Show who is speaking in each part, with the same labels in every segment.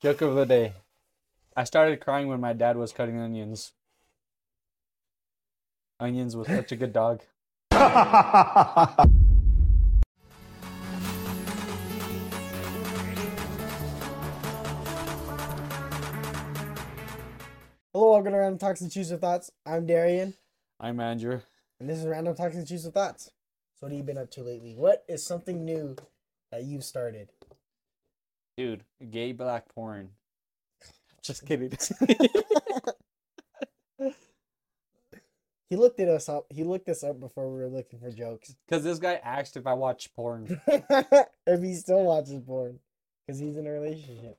Speaker 1: Joke of the day. I started crying when my dad was cutting onions. Onions was such a good dog.
Speaker 2: Hello, welcome to Random Talks and Choose Your Thoughts. I'm Darian,
Speaker 1: I'm Andrew.
Speaker 2: and this is Random Talks and Choose Your Thoughts. So, what have you been up to lately? What is something new that you've started?
Speaker 1: Dude, gay black porn. Just kidding.
Speaker 2: He looked at us up. He looked us up before we were looking for jokes.
Speaker 1: Because this guy asked if I watch porn.
Speaker 2: if he still watches porn, because he's in a relationship.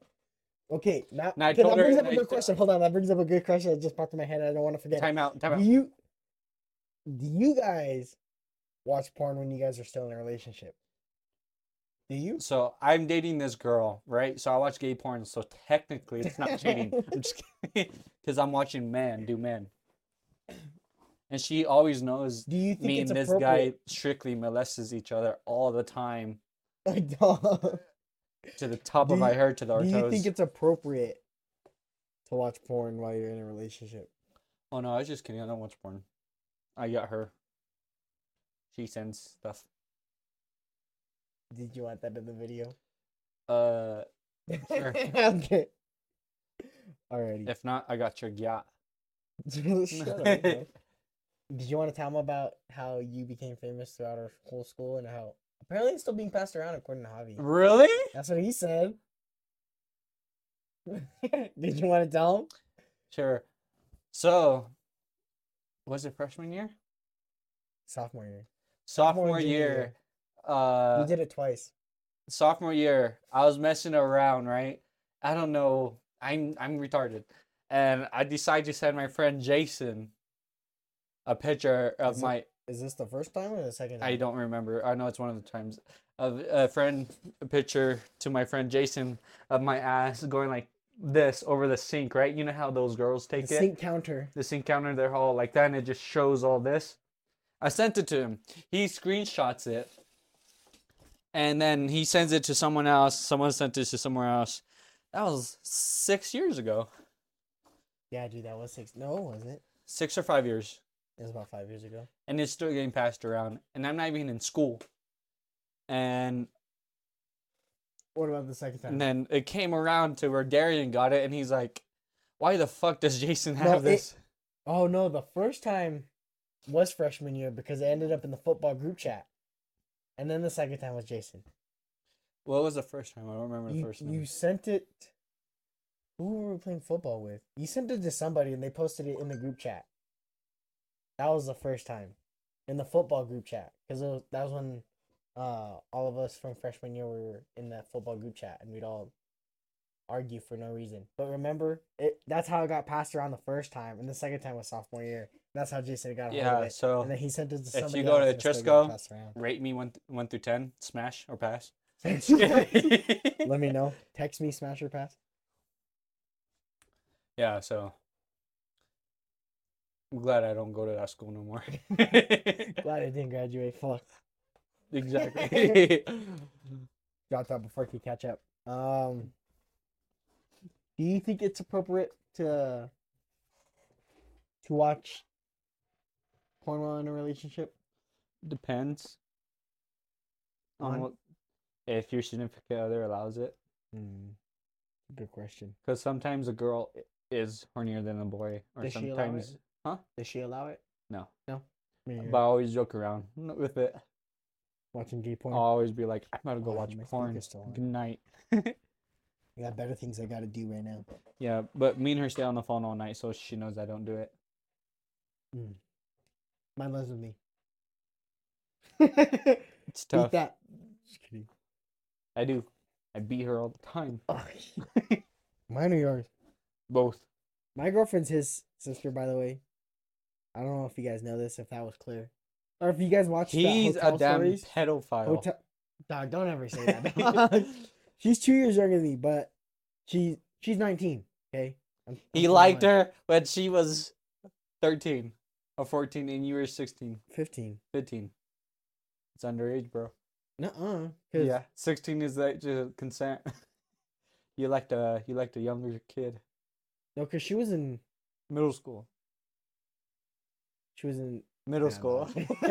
Speaker 2: Okay, now
Speaker 1: Now, I
Speaker 2: okay, that
Speaker 1: told her-
Speaker 2: brings up
Speaker 1: I
Speaker 2: a good
Speaker 1: told-
Speaker 2: question. Hold on, that brings up a good question that just popped in my head. I don't want to forget.
Speaker 1: Time out, time out.
Speaker 2: do you do you guys watch porn when you guys are still in a relationship? Do you?
Speaker 1: So I'm dating this girl, right? So I watch gay porn, so technically it's not cheating. I'm just kidding. Because I'm watching men do men. And she always knows
Speaker 2: Do you think
Speaker 1: me and
Speaker 2: it's
Speaker 1: this guy
Speaker 2: appropriate?
Speaker 1: strictly molests each other all the time
Speaker 2: Dog,
Speaker 1: to the top
Speaker 2: Do
Speaker 1: of
Speaker 2: you-
Speaker 1: my hair to the
Speaker 2: do you
Speaker 1: toes.
Speaker 2: think it's appropriate to watch porn while you're in a relationship?
Speaker 1: Oh no, I was just kidding. I don't watch porn. I got her. She sends stuff.
Speaker 2: Did you want that in the video?
Speaker 1: Uh, Sure.
Speaker 2: okay. Alrighty.
Speaker 1: if not, I got your yacht.
Speaker 2: Shut up, bro. Did you want to tell them about how you became famous throughout our whole school and how apparently it's still being passed around according to Javi?
Speaker 1: Really?
Speaker 2: That's what he said. Did you want to tell him?
Speaker 1: Sure. So, was it freshman year?
Speaker 2: Sophomore year.
Speaker 1: Sophomore,
Speaker 2: and junior
Speaker 1: year.
Speaker 2: year.
Speaker 1: Uh,
Speaker 2: we did it twice.
Speaker 1: sophomore year, I was messing around, right? I don't know. I'm I'm retarded, and I decided to send my friend Jason a picture of
Speaker 2: Is it-
Speaker 1: my
Speaker 2: Is this the first time or the second time?
Speaker 1: I don't remember. I know it's one of the times of a friend a picture to my friend Jason of my ass going like this over the sink, right? You know how those girls
Speaker 2: The
Speaker 1: take it?
Speaker 2: sink counter.
Speaker 1: The sink counter, they're all like that, and it just shows all this. I sent it to him. He screenshots it, and then he sends it to someone else. Someone sent it to somewhere else. That was six years ago,
Speaker 2: Yeah, dude, that was six. No, it wasn't.
Speaker 1: six or five years,
Speaker 2: It was about five years ago.
Speaker 1: and it's still getting passed around. And I'm not even in school. And
Speaker 2: What about the second time?
Speaker 1: And then it came around to where Darian got it, and he's like, "Why the fuck does Jason
Speaker 2: No,
Speaker 1: have
Speaker 2: it-
Speaker 1: this?"
Speaker 2: Oh no, the first time was freshman year because it ended up in the football group chat, and then the second time was Jason.
Speaker 1: What was the first time? I don't remember the
Speaker 2: You,
Speaker 1: first time.
Speaker 2: you sent it. Who were we playing football with? You sent it to somebody, and they posted it in the group chat. That was the first time, in the football group chat, because was, that was when uh, all of us from freshman year were in that football group chat, and we'd all argue for no reason. But remember, it that's how it got passed around the first time, and the second time was sophomore year. That's how Jason got a hold of
Speaker 1: yeah.
Speaker 2: it.
Speaker 1: So
Speaker 2: And then he sent it to
Speaker 1: you
Speaker 2: somebody
Speaker 1: go to
Speaker 2: else, and it still got
Speaker 1: Trisco-
Speaker 2: passed around.
Speaker 1: rate me one th- one through ten. Smash or pass.
Speaker 2: Let me know. Text me, smash or pass.
Speaker 1: yeah. So I'm glad I don't go to that school no more.
Speaker 2: Glad I didn't graduate. Fuck.
Speaker 1: exactly.
Speaker 2: dropped out before I could catch up. Um, do you think it's appropriate to to watch porn while in a relationship?
Speaker 1: Depends on
Speaker 2: On-
Speaker 1: what if your significant other allows it.
Speaker 2: Hmm. Good question.
Speaker 1: Because sometimes a girl i- is hornier than a boy, or
Speaker 2: Does she allow it?
Speaker 1: sometimes, huh?
Speaker 2: Does she allow it?
Speaker 1: No,
Speaker 2: Uh,
Speaker 1: but I
Speaker 2: About
Speaker 1: always joke around n- with it.
Speaker 2: watching gay porn.
Speaker 1: I'll always be like, I'm about to go
Speaker 2: Oh,
Speaker 1: watch
Speaker 2: my
Speaker 1: porn.
Speaker 2: speaker's still on.
Speaker 1: Good night.
Speaker 2: I got better things I gotta do right now.
Speaker 1: Yeah, but me and her stay on the phone all night, so she knows I don't do it.
Speaker 2: Mine lives with me.
Speaker 1: It's
Speaker 2: Beat
Speaker 1: tough.
Speaker 2: that. Just kidding.
Speaker 1: I do. I beat her all the time.
Speaker 2: Mine or yours?
Speaker 1: Both.
Speaker 2: My girlfriend's his sister, by the way. I don't know if you guys know this, if that was clear, or if you guys watched. that
Speaker 1: He's a
Speaker 2: Hotel
Speaker 1: damn
Speaker 2: Stories.
Speaker 1: pedophile.
Speaker 2: Hotel. Dog, don't ever say that. dog. she's two years younger than me, but she she's nineteen. Okay. I'm- I'm
Speaker 1: he liked
Speaker 2: 21.
Speaker 1: her when she was 13 or 14, and you were 16,
Speaker 2: Fifteen.
Speaker 1: 15. It's underage, bro.
Speaker 2: Nuh-uh. 'cause
Speaker 1: Yeah, 16 is the age of consent. You like the you like the younger kid.
Speaker 2: No, because she was in
Speaker 1: Middle school.
Speaker 2: she was in
Speaker 1: Middle
Speaker 2: Yeah,
Speaker 1: school.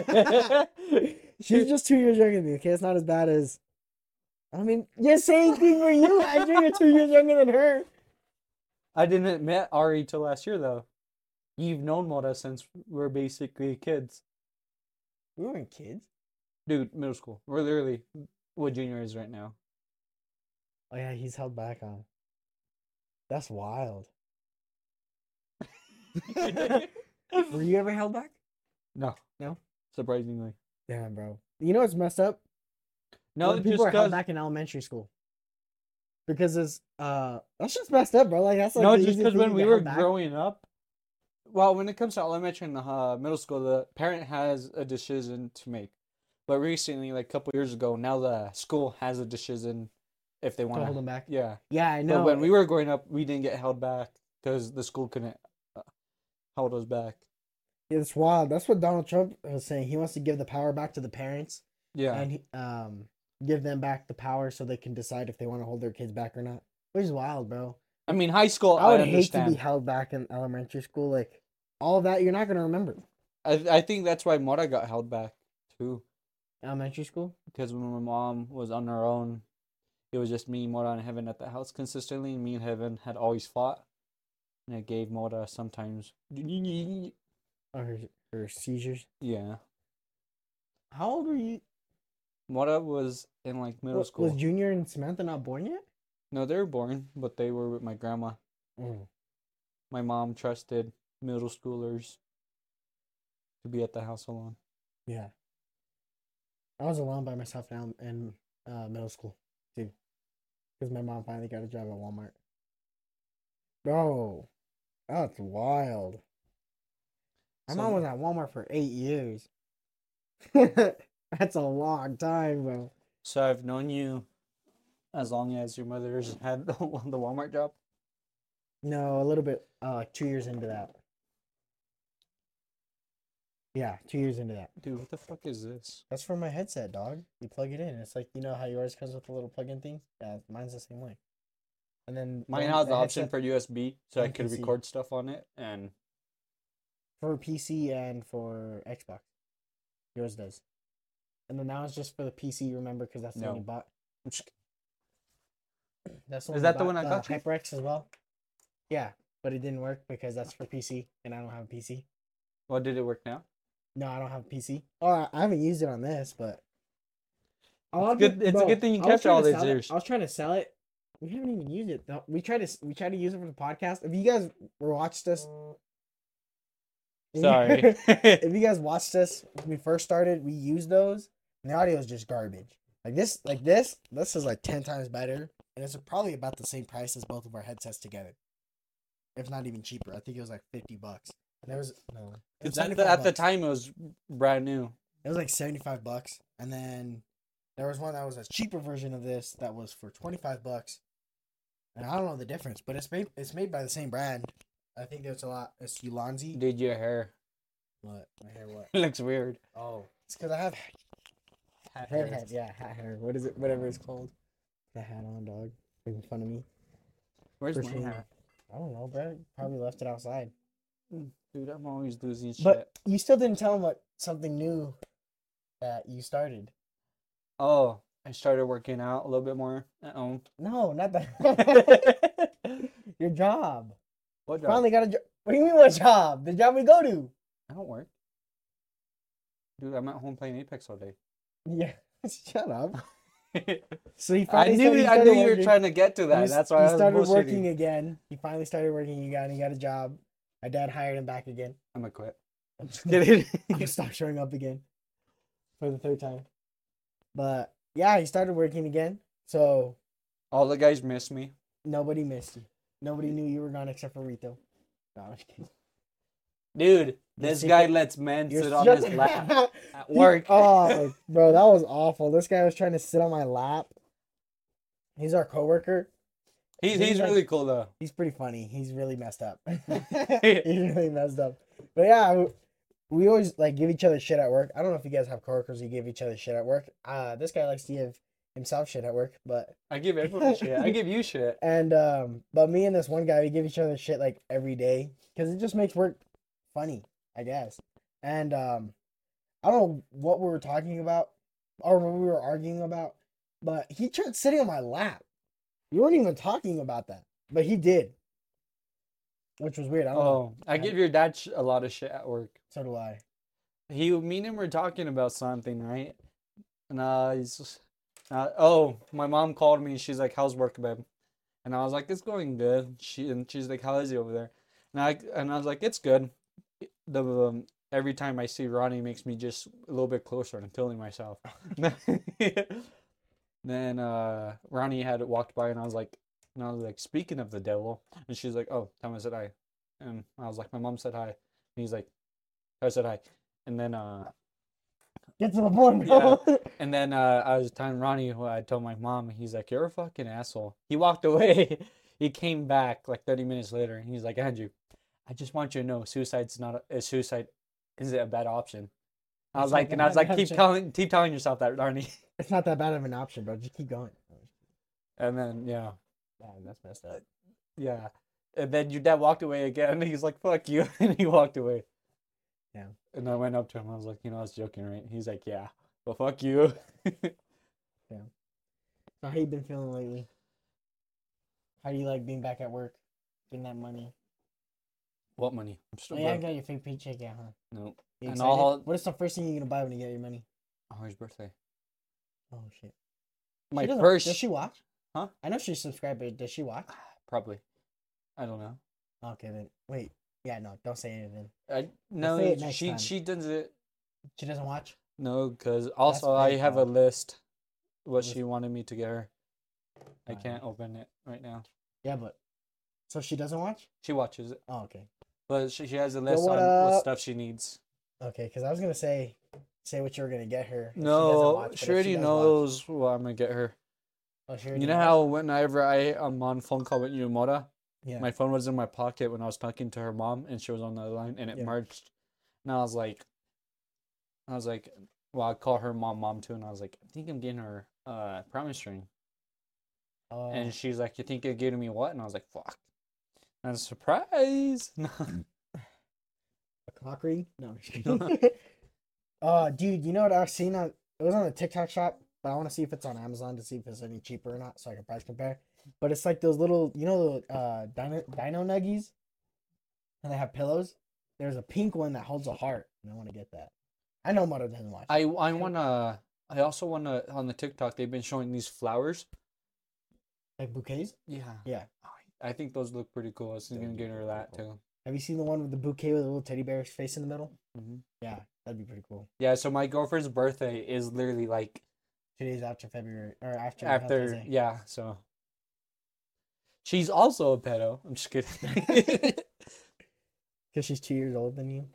Speaker 2: no. she's just two years younger than me. Okay, it's not as bad as. I mean, yeah, same thing for you, Andrew. You're two years younger than her.
Speaker 1: I didn't met Ari till last year though. You've known Mora since we are basically kids.
Speaker 2: We weren't kids.
Speaker 1: Dude, middle school. We're literally what junior is right now.
Speaker 2: Oh yeah, he's held back on. That's wild. Were you ever held back?
Speaker 1: no.
Speaker 2: No?
Speaker 1: Surprisingly.
Speaker 2: Damn, bro. You know what's messed up?
Speaker 1: No,
Speaker 2: When
Speaker 1: just
Speaker 2: people are held
Speaker 1: 'cause-
Speaker 2: back in elementary school because it's uh that's just messed up, bro. Like that's like
Speaker 1: no,
Speaker 2: the
Speaker 1: just because
Speaker 2: easiest thing
Speaker 1: when
Speaker 2: to
Speaker 1: we
Speaker 2: get
Speaker 1: were
Speaker 2: held back.
Speaker 1: growing up, well, when it comes to elementary and uh, middle school, the parent has a decision to make. But recently, like a couple years ago, now the school has a decision if they
Speaker 2: to hold
Speaker 1: want to.
Speaker 2: them back.
Speaker 1: Yeah.
Speaker 2: Yeah, I
Speaker 1: But
Speaker 2: know.
Speaker 1: when we were growing up, we didn't get held back because the school couldn't uh, hold us back.
Speaker 2: It's wild. That's what Donald Trump was saying. He wants to give the power back to the parents
Speaker 1: Yeah.
Speaker 2: and he, um give them back the power so they can decide if they want to hold their kids back or not. Which is wild, bro.
Speaker 1: I mean, high school,
Speaker 2: I
Speaker 1: I,
Speaker 2: would hate to
Speaker 1: understand.
Speaker 2: be held back in elementary school. Like all that, you're not gonna remember
Speaker 1: I, I think that's why Mora got held back too.
Speaker 2: elementary school.
Speaker 1: Because when my mom was on her own, it was just me, Mora, and Heaven at the house consistently. Me and Heaven had always fought. And it gave Mora sometimes. Yeah.
Speaker 2: Or her, her seizures. How old were you?
Speaker 1: Mora was in like middle
Speaker 2: Wa-
Speaker 1: school.
Speaker 2: Was Junior and Samantha not born yet?
Speaker 1: No, they were born, but they were with my grandma.
Speaker 2: Mm.
Speaker 1: My mom trusted middle schoolers to be at the house alone.
Speaker 2: Yeah. I was alone by myself now in uh, middle school, too. Because my mom finally got a job at Walmart. Bro, that's wild. My mom
Speaker 1: So-
Speaker 2: was at Walmart for eight years. that's a long time, bro.
Speaker 1: So I've known you as long as your mother's had the, Wa- the Walmart job.
Speaker 2: No, a little bit. Uh, two years into that. Yeah, two years into that.
Speaker 1: Dude, what the fuck is this?
Speaker 2: That's for my headset, dog. You plug it in. It's like you know how yours comes with the little plug-in thing. Yeah, mine's the same way. And then
Speaker 1: Mine
Speaker 2: one-
Speaker 1: has the option
Speaker 2: headset
Speaker 1: for USB, so I
Speaker 2: and
Speaker 1: could
Speaker 2: PC.
Speaker 1: record stuff on it. And
Speaker 2: for PC and for Xbox. Yours does. And then now it's just for the PC. Remember, because that's the one
Speaker 1: No.
Speaker 2: you bought. That's the
Speaker 1: Is
Speaker 2: you
Speaker 1: that the
Speaker 2: bought,
Speaker 1: one I
Speaker 2: uh,
Speaker 1: got you?
Speaker 2: HyperX as well. Yeah, but it didn't work because that's for PC, and I don't have a PC.
Speaker 1: well, did it work now?
Speaker 2: No, I don't have a PC. Oh, I- I haven't used it on this, but. I'll
Speaker 1: It's
Speaker 2: have
Speaker 1: good-
Speaker 2: to-
Speaker 1: it's a
Speaker 2: bro,
Speaker 1: good thing you
Speaker 2: I was
Speaker 1: kept
Speaker 2: trying
Speaker 1: all
Speaker 2: to
Speaker 1: these
Speaker 2: sell it-
Speaker 1: years.
Speaker 2: I was trying to sell it. We haven't even used it. though. We tried to s- we tried to use it for the podcast. If you guys watched us,
Speaker 1: Sorry.
Speaker 2: if you guys watched us when we first started, we used those. And the audio is just garbage. Like this, like this, this is like ten times better, and it's probably about the same price as both of our headsets together, if not even cheaper. I think it was like fifty bucks. And there was no. it was
Speaker 1: It's at, the,
Speaker 2: 75
Speaker 1: at the
Speaker 2: bucks.
Speaker 1: time, it was brand new.
Speaker 2: It was like seventy five bucks, and then there was one that was a cheaper version of this that was for twenty five bucks, and I don't know the difference, but it's made it's made by the same brand. I think it's a lot. It's Ulanzi.
Speaker 1: Dude, your hair
Speaker 2: What my hair? What?
Speaker 1: looks weird.
Speaker 2: Oh, it's because I have
Speaker 1: Hat
Speaker 2: head
Speaker 1: hair.
Speaker 2: hat. Yeah, hat hair. What is it? Whatever it's called. The hat on, dog. Making fun of me.
Speaker 1: Where's
Speaker 2: For
Speaker 1: my
Speaker 2: sure.
Speaker 1: hat?
Speaker 2: I don't know, bro. Probably left it outside.
Speaker 1: Dude, I'm always losing shit.
Speaker 2: But you still didn't tell him what something new that you started.
Speaker 1: oh, I started working out a little bit more at home.
Speaker 2: No, not that. Your job.
Speaker 1: What job?
Speaker 2: Finally got a job. What do you mean what job? The job we go to.
Speaker 1: I don't work. Dude, I'm at home playing Apex all day.
Speaker 2: Yeah. Shut up.
Speaker 1: I
Speaker 2: So he
Speaker 1: knew
Speaker 2: he
Speaker 1: I knew you were
Speaker 2: working-
Speaker 1: trying to get to
Speaker 2: he
Speaker 1: that.
Speaker 2: s-
Speaker 1: That's why
Speaker 2: he
Speaker 1: I was
Speaker 2: started
Speaker 1: bullshitting.
Speaker 2: working again. He finally started working again. He got a job. My dad hired him back again.
Speaker 1: I'm gonna quit.
Speaker 2: I'm just kidding.
Speaker 1: Get
Speaker 2: I'm gonna
Speaker 1: it?
Speaker 2: stop showing up again for the third time. But yeah, he started working again. So
Speaker 1: all the guys miss me.
Speaker 2: nobody missed you. Nobody knew you were gone except for Rito. No, I'm just kidding.
Speaker 1: Dude,
Speaker 2: Your
Speaker 1: this
Speaker 2: secret-
Speaker 1: guy lets men
Speaker 2: You're
Speaker 1: sit on
Speaker 2: shut
Speaker 1: his
Speaker 2: the-
Speaker 1: lap at
Speaker 2: He-
Speaker 1: work.
Speaker 2: oh, bro, that was awful. This guy was trying to sit on my lap. He's our coworker.
Speaker 1: he's
Speaker 2: he's
Speaker 1: he's
Speaker 2: like-
Speaker 1: really cool though.
Speaker 2: He's pretty funny. He's really messed up. He's really messed up. But yeah, we- we always like give each other shit at work. I don't know if you guys have coworkers who give each other shit at work. Uh, this guy likes to give himself shit at work, but
Speaker 1: I give everyone shit. I give you shit.
Speaker 2: and um, but me and this one guy, we give each other shit like every day because it just makes work funny, I guess. And um, I don't know what we were talking about or what we were arguing about, but he tried sitting on my lap. You weren't even talking about that, but he did, which was weird. I don't know.
Speaker 1: Oh, I give your dad sh- a lot of shit at work.
Speaker 2: So do I.
Speaker 1: He, me and him were talking about something, right? And uh, he's, just- uh, oh, my mom called me. and She's like, "How's work, babe?" And I was like, "It's going good." She and she's like, "How is he over there?" And I and I was like, "It's good." The um, every time I see Ronnie makes me just a little bit closer and feeling myself. then uh, Ronnie had walked by, and I was like, and I was like, "Speaking of the devil," and she's like, "Oh, Thomas said hi," and I was like, "My mom said hi," and he's like, "I said hi," and then uh.
Speaker 2: Get to the point,
Speaker 1: Yeah.
Speaker 2: bro.
Speaker 1: And then uh, I was telling Ronnie who I told my mom, and he's like, "You're a fucking asshole." He walked away. he came back like 30 minutes later, and he's like, "Andrew, I just want you to know, suicide's not a, uh, suicide. Is it a bad option?" I
Speaker 2: It's
Speaker 1: was
Speaker 2: not
Speaker 1: like,
Speaker 2: a
Speaker 1: and I was
Speaker 2: bad
Speaker 1: like, keep
Speaker 2: option.
Speaker 1: telling, keep telling yourself that, Ronnie.
Speaker 2: It's not that bad of an option, bro. Just keep going.
Speaker 1: And then yeah,
Speaker 2: Man, that's messed up.
Speaker 1: yeah. And then your dad walked away again. And he's like, "Fuck you," and he walked away.
Speaker 2: Yeah.
Speaker 1: And I went up to him. I was like, "You know, I was joking, right?" He's like, "Yeah, well, fuck you."
Speaker 2: So how you been feeling lately? How do you like being back at work, getting that money?
Speaker 1: what money? I'm still
Speaker 2: Oh, yeah, I
Speaker 1: broke.
Speaker 2: got your fake paycheck out, huh?
Speaker 1: Nope.
Speaker 2: You
Speaker 1: And
Speaker 2: excited?
Speaker 1: all-
Speaker 2: What is the first thing you're gonna buy when you get your money?
Speaker 1: Oh, his birthday.
Speaker 2: Oh shit!
Speaker 1: My
Speaker 2: She doesn't-
Speaker 1: first.
Speaker 2: Does she watch?
Speaker 1: Huh?
Speaker 2: I know she's subscribed, but does she watch?
Speaker 1: Probably. I don't know.
Speaker 2: Okay then. Wait. Yeah, no. Don't say anything.
Speaker 1: I no.
Speaker 2: say it next
Speaker 1: she
Speaker 2: time.
Speaker 1: she does it.
Speaker 2: She doesn't watch.
Speaker 1: No, because also I
Speaker 2: very
Speaker 1: have a
Speaker 2: valid.
Speaker 1: list. What
Speaker 2: List.
Speaker 1: she wanted me to get her. I
Speaker 2: Alright.
Speaker 1: can't open it right now.
Speaker 2: Yeah, but so she doesn't watch.
Speaker 1: She watches it,
Speaker 2: Oh, okay.
Speaker 1: but she, she has a list
Speaker 2: what
Speaker 1: on what
Speaker 2: up?
Speaker 1: stuff she needs.
Speaker 2: Okay, because I was gonna say, say what you were gonna get her. if she doesn't
Speaker 1: No,
Speaker 2: watch, but if
Speaker 1: she already
Speaker 2: does watch-
Speaker 1: knows what I'm gonna get her.
Speaker 2: Oh, she already
Speaker 1: You know
Speaker 2: knows?
Speaker 1: how whenever I am on phone call with Yumora,
Speaker 2: Yeah.
Speaker 1: my phone was in my pocket when I was talking to her mom, and she was on the other line, and it
Speaker 2: Yeah.
Speaker 1: merged. And I was like, I was like, well, I call her mom, mom too, and I was like, I think I'm getting her uh promise ring.
Speaker 2: oh,
Speaker 1: And she's like, you think you're getting me what? And I was like, fuck. And surprise, no,
Speaker 2: A cock ring? No. I'm just
Speaker 1: No.
Speaker 2: kidding. uh, dude, you know what I've seen on it was on a TikTok shop, but I want to see if it's on Amazon to see if it's any cheaper or not, so I can price compare. But it's like those little, you know, the uh, dino, dino nuggies, and they have pillows. There's a pink one that holds a heart, and I want to get that. I know Moto doesn't watch.
Speaker 1: I I wanna. I also wanna on the TikTok. They've been showing these flowers.
Speaker 2: like bouquets.
Speaker 1: Yeah.
Speaker 2: Yeah.
Speaker 1: I I think those look pretty cool. I was
Speaker 2: They
Speaker 1: gonna
Speaker 2: do
Speaker 1: get
Speaker 2: look
Speaker 1: her
Speaker 2: pretty
Speaker 1: that too.
Speaker 2: cool. Have you seen the one with the bouquet with a little teddy bear's face in the middle?
Speaker 1: Mhm.
Speaker 2: Yeah, that'd be pretty cool.
Speaker 1: Yeah. So my girlfriend's birthday is literally like
Speaker 2: Two days after February or after
Speaker 1: after
Speaker 2: Valentine's Day.
Speaker 1: yeah so she's also a pedo i'm just kidding
Speaker 2: Because she's two years older than you.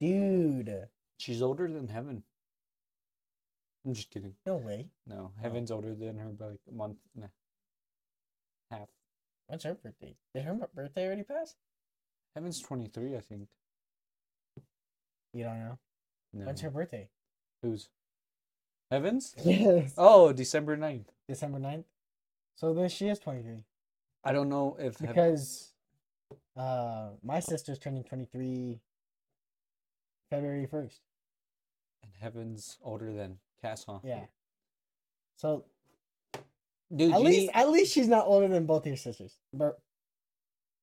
Speaker 2: Dude.
Speaker 1: she's older than heaven i'm just kidding
Speaker 2: No way.
Speaker 1: no heaven's older than her by like a month and a half
Speaker 2: When's her birthday? Did her mo- birthday already pass?
Speaker 1: heaven's 23 i think
Speaker 2: You don't know.
Speaker 1: no.
Speaker 2: When's her birthday?
Speaker 1: who's heaven's
Speaker 2: Yes.
Speaker 1: oh december 9th
Speaker 2: December 9th. So then she is 23.
Speaker 1: i don't know if Heav-
Speaker 2: Because uh, my sister's turning 23 February 1st.
Speaker 1: and heaven's older than cass huh
Speaker 2: Yeah. So
Speaker 1: dude
Speaker 2: at
Speaker 1: you
Speaker 2: least
Speaker 1: need-
Speaker 2: at least she's not older than both your sisters. But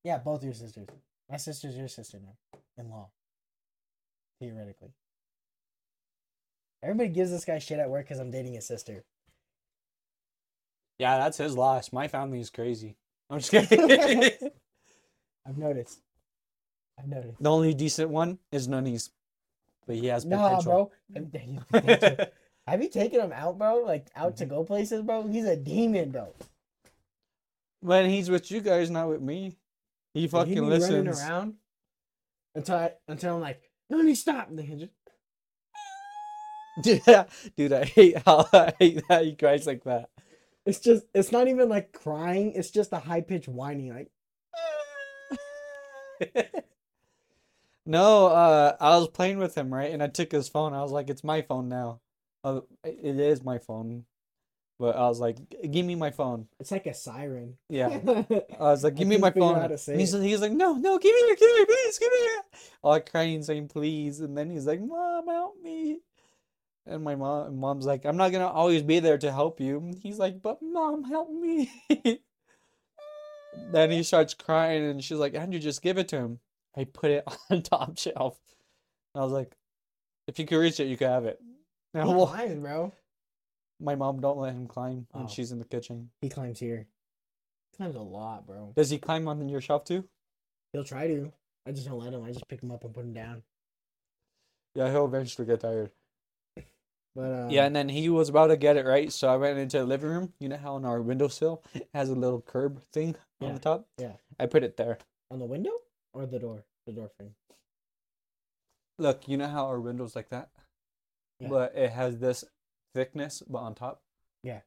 Speaker 2: yeah, both your sisters. My sister's your sister now, in law. Theoretically. Everybody gives this guy shit at work because I'm dating his sister.
Speaker 1: yeah that's his loss my family is crazy i'm just kidding
Speaker 2: I've noticed. I've noticed.
Speaker 1: The only decent one is Nunnies, but he has
Speaker 2: Nah,
Speaker 1: potential.
Speaker 2: bro. I've- he's potential. Have you taken him out, bro? Like out
Speaker 1: Mm-hmm.
Speaker 2: to go places, bro? He's a demon, bro.
Speaker 1: when he's with you guys, not with me, he
Speaker 2: Like, he'd
Speaker 1: fucking
Speaker 2: be running
Speaker 1: listens.
Speaker 2: around until I until I'm like, no, he stop. And then he just,
Speaker 1: Dude, I- dude, I hate how I hate that he cries like that.
Speaker 2: it's just it's not even like crying. It's just a high pitched whining. Like
Speaker 1: no, uh, I was playing with Oh, him right, and I took his phone. I was like, "It's my phone now." Uh, it is my phone. But I was like, "G- give me my phone.
Speaker 2: It's like a siren.
Speaker 1: Yeah. I was like,
Speaker 2: I
Speaker 1: give me
Speaker 2: couldn't
Speaker 1: my
Speaker 2: figure out
Speaker 1: phone.
Speaker 2: how to say
Speaker 1: And he's,
Speaker 2: it.
Speaker 1: he's like, no, no, give me your, give me your, please, give me your. All crying, saying please, and then he's like, mom, help me. And my mom, mom's like, I'm not gonna always be there to help you. And He's like, but mom, help me. then he starts crying, and she's like, Andrew, just give it to him. I put it on top shelf. And I was like, if you could reach it, you could have it.
Speaker 2: He
Speaker 1: Now, well,
Speaker 2: climbs, bro.
Speaker 1: my mom don't let him climb when
Speaker 2: Oh.
Speaker 1: she's in the kitchen.
Speaker 2: He climbs here. He climbs a lot, bro.
Speaker 1: Does he climb on your shelf too?
Speaker 2: He'll try to. I just don't let him. I just pick him up and put him down.
Speaker 1: Yeah, he'll eventually get tired.
Speaker 2: But um,
Speaker 1: Yeah, and then he was about to get it right, so I went into the living room. You know how on our windowsill it has a little curb thing on
Speaker 2: Yeah,
Speaker 1: the top?
Speaker 2: yeah.
Speaker 1: I put it there.
Speaker 2: on the window or the door, the door frame.
Speaker 1: Look, you know how our window's like that?
Speaker 2: Yeah.
Speaker 1: But it has this thickness but on top.
Speaker 2: Yeah.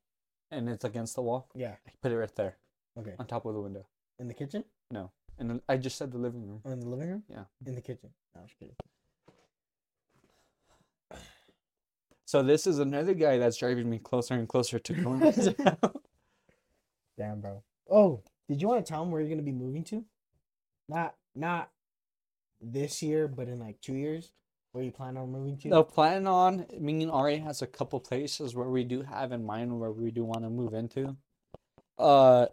Speaker 1: And it's against the wall.
Speaker 2: Yeah.
Speaker 1: I put it right there
Speaker 2: Okay.
Speaker 1: on top of the window.
Speaker 2: In the kitchen.
Speaker 1: And then I just said the living room.
Speaker 2: Or in the living room?
Speaker 1: Yeah.
Speaker 2: In the kitchen. No, I'm just kidding.
Speaker 1: So this is another guy that's driving me closer and closer to going.
Speaker 2: Damn, bro. Oh, did you want to tell him where you're gonna be moving to? Not, not this year, but in like two years. Where you plan on moving to?
Speaker 1: The plan on me and Ari has a couple places where we do have in mind where we do want to move into. Uh,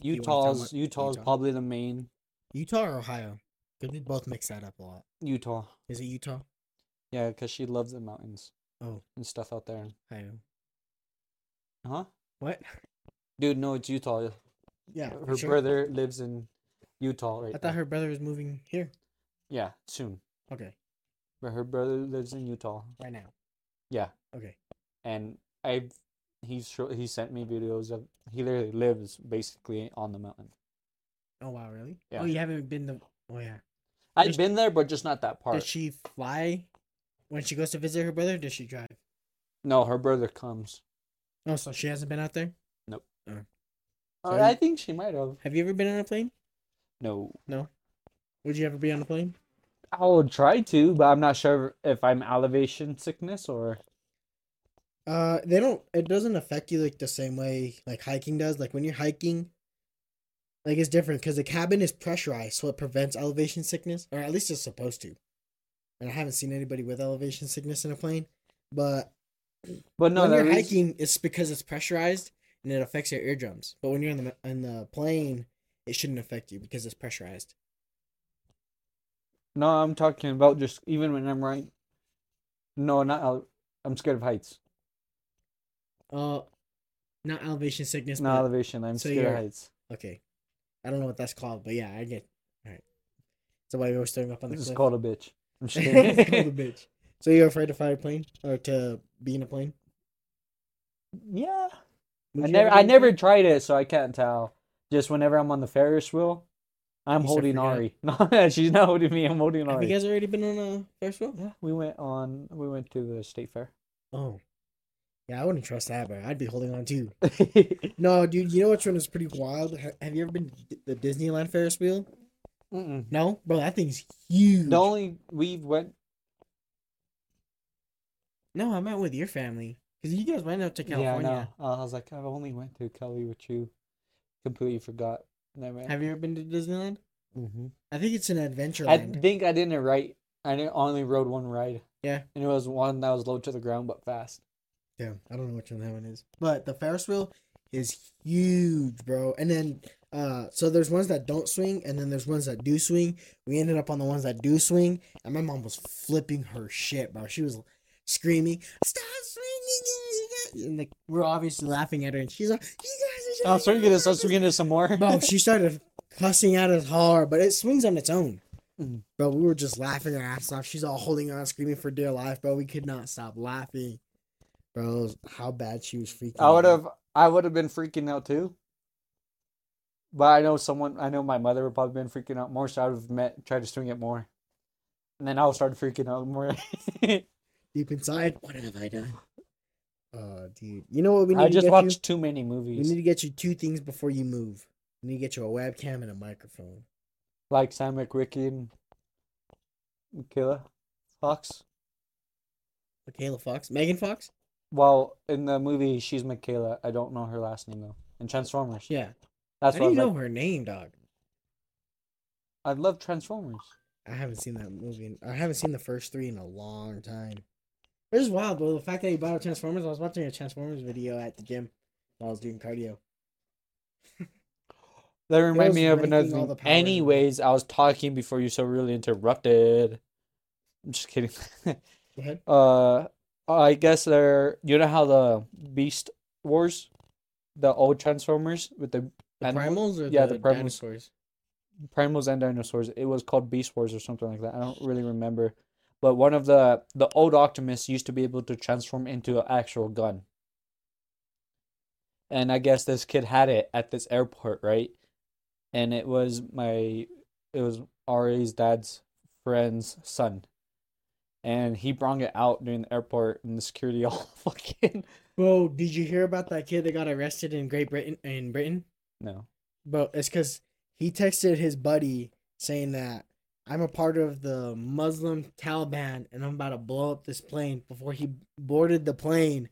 Speaker 2: you wanna tell
Speaker 1: Utah's
Speaker 2: what-
Speaker 1: Utah's
Speaker 2: Utah?
Speaker 1: probably the main
Speaker 2: Utah or Ohio? Because we both mix that up a lot.
Speaker 1: Utah.
Speaker 2: Is it Utah?
Speaker 1: Yeah, because she loves the mountains
Speaker 2: Oh,
Speaker 1: and stuff out there.
Speaker 2: Ohio.
Speaker 1: Huh?
Speaker 2: What?
Speaker 1: Dude, no, it's Utah.
Speaker 2: Yeah. for
Speaker 1: Her
Speaker 2: sure.
Speaker 1: brother lives in Utah right
Speaker 2: I thought
Speaker 1: now.
Speaker 2: her brother was moving here.
Speaker 1: Yeah, soon.
Speaker 2: Okay.
Speaker 1: But her brother lives in Utah.
Speaker 2: Right now.
Speaker 1: Yeah,
Speaker 2: Okay.
Speaker 1: and I've he's sho- he sent me videos of he literally lives basically on the mountain.
Speaker 2: Oh wow, really?
Speaker 1: Yeah.
Speaker 2: Oh, you haven't been to. Oh yeah.
Speaker 1: I've
Speaker 2: Does-
Speaker 1: been there, but just not that part.
Speaker 2: Does she fly when she goes to visit her brother? Or does she drive?
Speaker 1: No, her brother comes.
Speaker 2: Oh, so she hasn't been out there.
Speaker 1: Uh,
Speaker 2: So-
Speaker 1: I think she might have.
Speaker 2: Have you ever been on a plane?
Speaker 1: No,
Speaker 2: Would you ever be on a plane?
Speaker 1: I will try to, but I'm not sure if I'm elevation sickness or.
Speaker 2: Uh, they don't. It doesn't affect you like the same way like hiking does. Like when you're hiking, like it's different because the cabin is pressurized, so it prevents elevation sickness, or at least it's supposed to. And I haven't seen anybody with elevation sickness in a plane, but
Speaker 1: But no,
Speaker 2: when you're
Speaker 1: there is-
Speaker 2: hiking, it's because it's pressurized and it affects your eardrums. But when you're in the in the plane, it shouldn't affect you because it's pressurized.
Speaker 1: No, I'm talking about just even when I'm right. No, not. ele- I'm scared of heights.
Speaker 2: Uh, not elevation sickness.
Speaker 1: Not
Speaker 2: but-
Speaker 1: elevation. I'm
Speaker 2: so
Speaker 1: scared of
Speaker 2: you're-
Speaker 1: heights.
Speaker 2: Okay. I don't know what that's called, but yeah, I get. All right. So why you were throwing up on the
Speaker 1: It's
Speaker 2: cliff?
Speaker 1: called a bitch. I'm just
Speaker 2: It's called a
Speaker 1: kidding.
Speaker 2: bitch. So you're afraid to fly a plane or to be in a plane?
Speaker 1: yeah,
Speaker 2: Would
Speaker 1: I
Speaker 2: you
Speaker 1: never,
Speaker 2: ever
Speaker 1: I
Speaker 2: be in a
Speaker 1: never
Speaker 2: plane?
Speaker 1: tried it, so I can't tell. Just whenever I'm on the Ferris wheel, I'm
Speaker 2: You start
Speaker 1: holding
Speaker 2: freaking out?
Speaker 1: Ari. No, she's not holding me. I'm holding
Speaker 2: Have you
Speaker 1: Ari.
Speaker 2: guys already been on a Ferris wheel?
Speaker 1: yeah, we went on. We went to the state fair.
Speaker 2: Oh, yeah. I wouldn't trust that, bro. I'd be holding on too. No, dude. You know which one is pretty wild? Ha- Have you ever been to the Disneyland Ferris wheel?
Speaker 1: Mm-mm.
Speaker 2: No, bro. That thing's huge.
Speaker 1: The only we went.
Speaker 2: No, I meant with your family because you guys went out to
Speaker 1: Yeah, I
Speaker 2: California.
Speaker 1: know. Uh, I was like, I only went to Kelly with you. Completely forgot. Never.
Speaker 2: Have you ever been to Disneyland?
Speaker 1: hmm
Speaker 2: I think it's an adventure
Speaker 1: I
Speaker 2: land.
Speaker 1: think I didn't write. I didn't, only rode one ride.
Speaker 2: Yeah.
Speaker 1: And it was one that was low to the ground but fast.
Speaker 2: Damn, I don't know which one that one is. But the Ferris wheel is huge, bro. And then uh so there's ones that don't swing and then there's ones that do swing. We ended up on the ones that do swing and my mom was flipping her shit, bro. She was screaming, "Stop swinging!" it, you guys-" And like we're obviously laughing at her and she's like, "You guys
Speaker 1: I
Speaker 2: are
Speaker 1: was trying to get this. I was trying to get this some more.
Speaker 2: Bro, she started cussing at us hard, but it swings on its own.
Speaker 1: Mhm.
Speaker 2: Bro, we were just laughing our ass off. She's all holding on, screaming for dear life, bro. We could not stop laughing. Bro, how bad she was freaking
Speaker 1: I would
Speaker 2: out.
Speaker 1: have. I would have been freaking out too. But I know someone. I know my mother would probably been freaking out more, so I would have met tried to swing it more, and then I would start freaking out more.
Speaker 2: deep inside. What have I done? Uh, dude. You know what we need
Speaker 1: I
Speaker 2: to
Speaker 1: just
Speaker 2: get
Speaker 1: watched too many
Speaker 2: you?
Speaker 1: movies.
Speaker 2: We need to get you two things before you move. We need to get you a webcam and a microphone.
Speaker 1: like Sam McRicky and Killer Fox.
Speaker 2: Michaela Fox? Megan Fox?
Speaker 1: well, in the movie, she's Michaela. I don't know her last name though. In Transformers,
Speaker 2: Yeah.
Speaker 1: that's
Speaker 2: I
Speaker 1: what
Speaker 2: do
Speaker 1: I
Speaker 2: you
Speaker 1: like.
Speaker 2: know her name, dog?
Speaker 1: I love Transformers.
Speaker 2: I haven't seen that movie. in- I haven't seen the first three in a long time. It was wild, bro. The fact that you bought a Transformers, I was watching a Transformers video at the gym while I was doing cardio.
Speaker 1: That remind
Speaker 2: was
Speaker 1: me of another
Speaker 2: ranking all
Speaker 1: thing.
Speaker 2: the Power Rangers.
Speaker 1: Anyways, I was talking before you so really interrupted. I'm just kidding.
Speaker 2: Go ahead.
Speaker 1: uh, I guess they're you know how the Beast Wars, the old Transformers with the
Speaker 2: The
Speaker 1: animals?
Speaker 2: primals or
Speaker 1: yeah,
Speaker 2: the,
Speaker 1: the primals.
Speaker 2: dinosaurs?
Speaker 1: primals and dinosaurs. It was called Beast Wars or something like that. I don't really remember. But one of the the old Optimus used to be able to transform into an actual gun. And I guess this kid had it at this airport, right? And it was my it was Ari's dad's friend's son. And he brought it out during the airport and the security all fucking
Speaker 2: Bro, did you hear about that kid that got arrested in Great Britain? In Britain,
Speaker 1: No.
Speaker 2: bro, it's because he texted his buddy saying that I'm a part of the Muslim Taliban and I'm about to blow up this plane before he boarded the plane,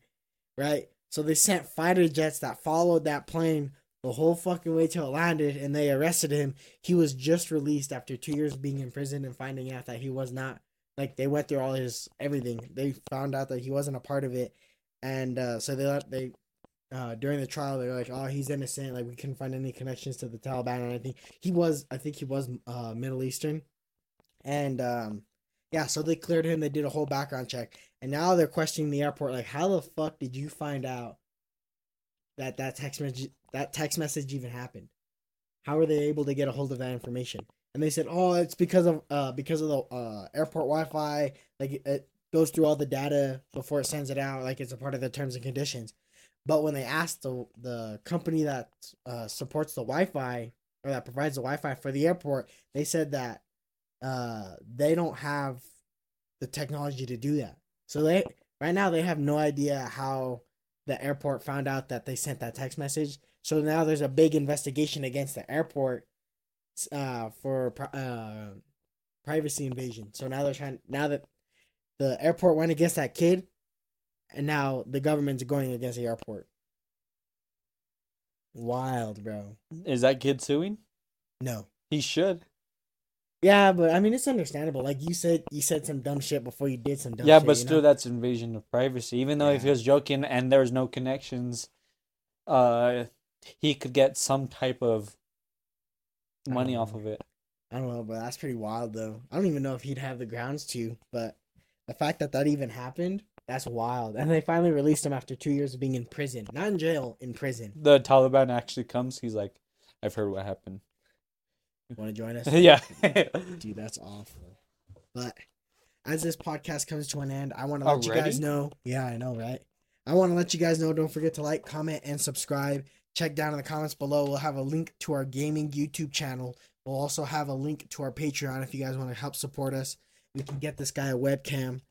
Speaker 2: right? So they sent fighter jets that followed that plane the whole fucking way till it landed and they arrested him. He was just released after two years being in prison and finding out that he was not like they went through all his everything. They found out that he wasn't a part of it. And uh, so they let they uh, during the trial they were like, "Oh, he's innocent. Like we couldn't find any connections to the Taliban or anything." He was, I think, he was uh, Middle Eastern, and um, yeah, so they cleared him. They did a whole background check, and now they're questioning the airport. Like, how the fuck did you find out that that text message that text message even happened? How were they able to get a hold of that information? And they said, "Oh, it's because of uh, because of the uh, airport Wi-Fi. Like it goes through all the data before it sends it out. Like it's a part of the terms and conditions." But when they asked the the company that uh, supports the Wi-Fi or that provides the Wi-Fi for the airport, they said that uh, they don't have the technology to do that. So they right now they have no idea how the airport found out that they sent that text message. So now there's a big investigation against the airport uh, for pri- uh, privacy invasion. So now they're trying now that the airport went against that kid, and now the government's going against the airport. Wild, bro.
Speaker 1: Is that kid suing?
Speaker 2: No.
Speaker 1: He should.
Speaker 2: Yeah, but I mean it's understandable. Like you said, you said some dumb shit before you did some dumb.
Speaker 1: yeah,
Speaker 2: shit,
Speaker 1: but
Speaker 2: you know?
Speaker 1: still, that's invasion of privacy. Even though if he
Speaker 2: Yeah.
Speaker 1: was joking and there was no connections, uh, he could get some type of
Speaker 2: I
Speaker 1: money
Speaker 2: don't
Speaker 1: off
Speaker 2: know.
Speaker 1: of it.
Speaker 2: I don't know, but that's pretty wild though. I don't even know if he'd have the grounds to, but the fact that that even happened, that's wild. And they finally released him after two years of being in prison, not in jail, in prison.
Speaker 1: The Taliban actually comes. He's like, "I've heard what happened."
Speaker 2: Want to join us?
Speaker 1: yeah,
Speaker 2: Dude, that's awful. But as this podcast comes to an end, I want to let you
Speaker 1: Already?
Speaker 2: guys know. Yeah, I know, right? I want to let you guys know. Don't forget to like, comment, and subscribe. Check down in the comments below. We'll have a link to our gaming YouTube channel. We'll also have a link to our Patreon if you guys want to help support us. We can get this guy a webcam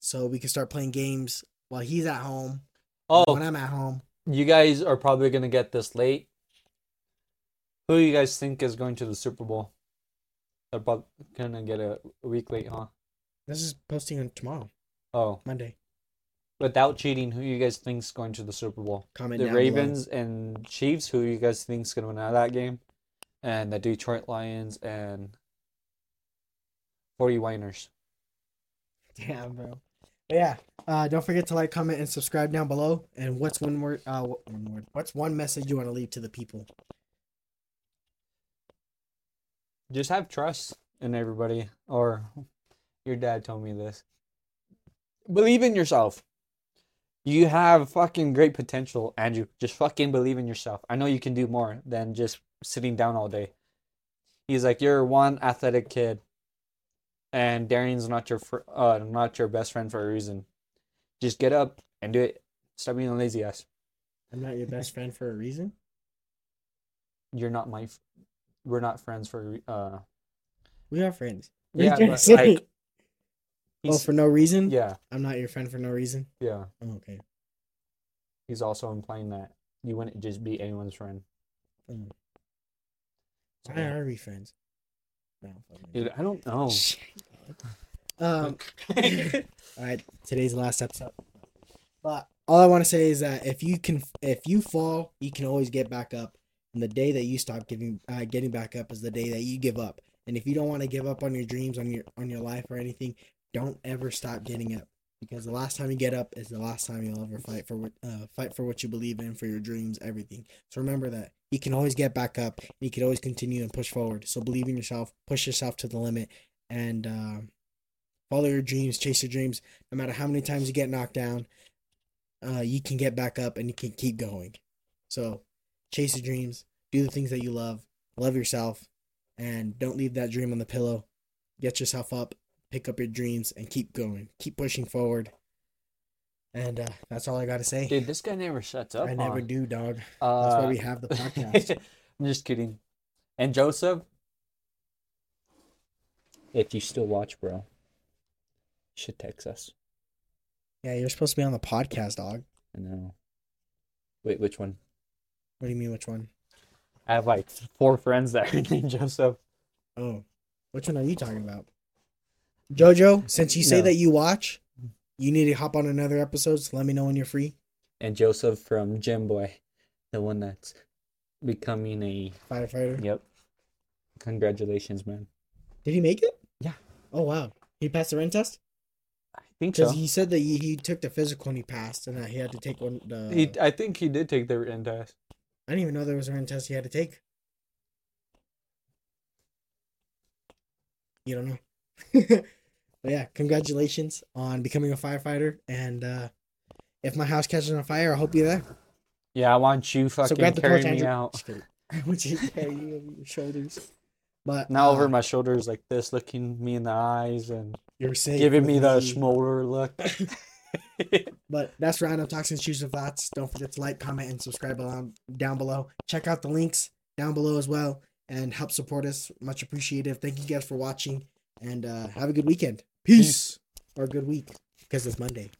Speaker 2: so we can start playing games while he's at home.
Speaker 1: Oh,
Speaker 2: When I'm at home.
Speaker 1: you guys are probably gonna get this late. Who you guys think is going to the Super Bowl? They're probably gonna get a week late, huh?
Speaker 2: This is posting on tomorrow,
Speaker 1: Oh,
Speaker 2: Monday.
Speaker 1: without cheating, who you guys think's going to the Super Bowl?
Speaker 2: Comment
Speaker 1: the
Speaker 2: down below.
Speaker 1: Ravens and Chiefs. Who you guys think's gonna win out of that game? And the Detroit Lions and 40 Winers.
Speaker 2: Damn, bro. But yeah, uh, don't forget to like, comment, and subscribe down below. And what's one word? Uh, wh- one word. What's one message you want to leave to the people?
Speaker 1: Just have trust in everybody. Or your dad told me this. Believe in yourself. You have fucking great potential, Andrew. Just fucking believe in yourself. I know you can do more than just sitting down all day. He's like, you're one athletic kid, and Darian's not your fr- uh, not your best friend for a reason. Just get up and do it. Stop being a lazy ass.
Speaker 2: I'm not your best friend for a reason.
Speaker 1: You're not my. F- we're not friends for. a re- Uh,
Speaker 2: We are friends. What are you
Speaker 1: yeah,
Speaker 2: trying to
Speaker 1: but
Speaker 2: say?
Speaker 1: like,
Speaker 2: oh,
Speaker 1: he's,
Speaker 2: for no reason.
Speaker 1: yeah,
Speaker 2: I'm not your friend for no reason.
Speaker 1: yeah.
Speaker 2: Oh, okay.
Speaker 1: He's also implying that you wouldn't just be anyone's friend.
Speaker 2: Mm.
Speaker 1: So,
Speaker 2: Why
Speaker 1: yeah.
Speaker 2: are we friends? No, fucking-
Speaker 1: Dude, I don't know.
Speaker 2: Um. all right. Today's the last episode. But all I want to say is that if you can, if you fall, you can always get back up. And the day that you stop giving, uh, getting back up is the day that you give up. And if you don't want to give up on your dreams, on your, on your life or anything, don't ever stop getting up because the last time you get up is the last time you'll ever fight for what, uh, fight for what you believe in, for your dreams, everything. So remember that you can always get back up. And you can always continue and push forward. So believe in yourself, push yourself to the limit, and uh, follow your dreams, chase your dreams. No matter how many times you get knocked down, uh, you can get back up and you can keep going. So chase your dreams, do the things that you love, love yourself, and don't leave that dream on the pillow. Get yourself up, pick up your dreams, and keep going. Keep pushing forward. And uh, that's all I got to say.
Speaker 1: Dude, this guy never shuts up.
Speaker 2: I never
Speaker 1: on-
Speaker 2: do, dog.
Speaker 1: Uh,
Speaker 2: That's why we have the podcast.
Speaker 1: I'm just kidding. And Joseph, if you still watch, bro, you should text us.
Speaker 2: yeah, you're supposed to be on the podcast, dog.
Speaker 1: I know. Wait, which one?
Speaker 2: What do you mean, which one?
Speaker 1: I have like four friends that are named Joseph.
Speaker 2: Oh, which one are you talking about? Jojo, since you say
Speaker 1: No.
Speaker 2: that you watch, you need to hop on another episode. So let me know when you're free.
Speaker 1: And Joseph from Gym Boy, the one that's becoming a.
Speaker 2: Firefighter.
Speaker 1: Yep. Congratulations, man.
Speaker 2: Did he make it?
Speaker 1: Yeah.
Speaker 2: Oh wow, he passed the written test.
Speaker 1: I think so.
Speaker 2: Because he said that he, he took the physical and he passed, and that he had to take one. The,
Speaker 1: He, I think he did take the written test.
Speaker 2: I didn't even know there was a written test he had to take. You don't know. but yeah, congratulations on becoming a firefighter. And uh, if my house catches on fire, I hope you're there.
Speaker 1: Yeah, I want you fucking carry me out.
Speaker 2: Just kidding. I want you to carry me over your shoulders. But
Speaker 1: Now
Speaker 2: uh,
Speaker 1: over my shoulders like this, looking me in the eyes and
Speaker 2: you're safe
Speaker 1: giving
Speaker 2: with
Speaker 1: me the
Speaker 2: me.
Speaker 1: schmolder look.
Speaker 2: But that's Random Talks and Choose Your Thoughts. Don't forget to like, comment, and subscribe below, down below. Check out the links down below as well and help support us. Much appreciated. Thank you guys for watching and uh, have a good weekend.
Speaker 1: Peace.
Speaker 2: Peace. Or a good week because it's Monday.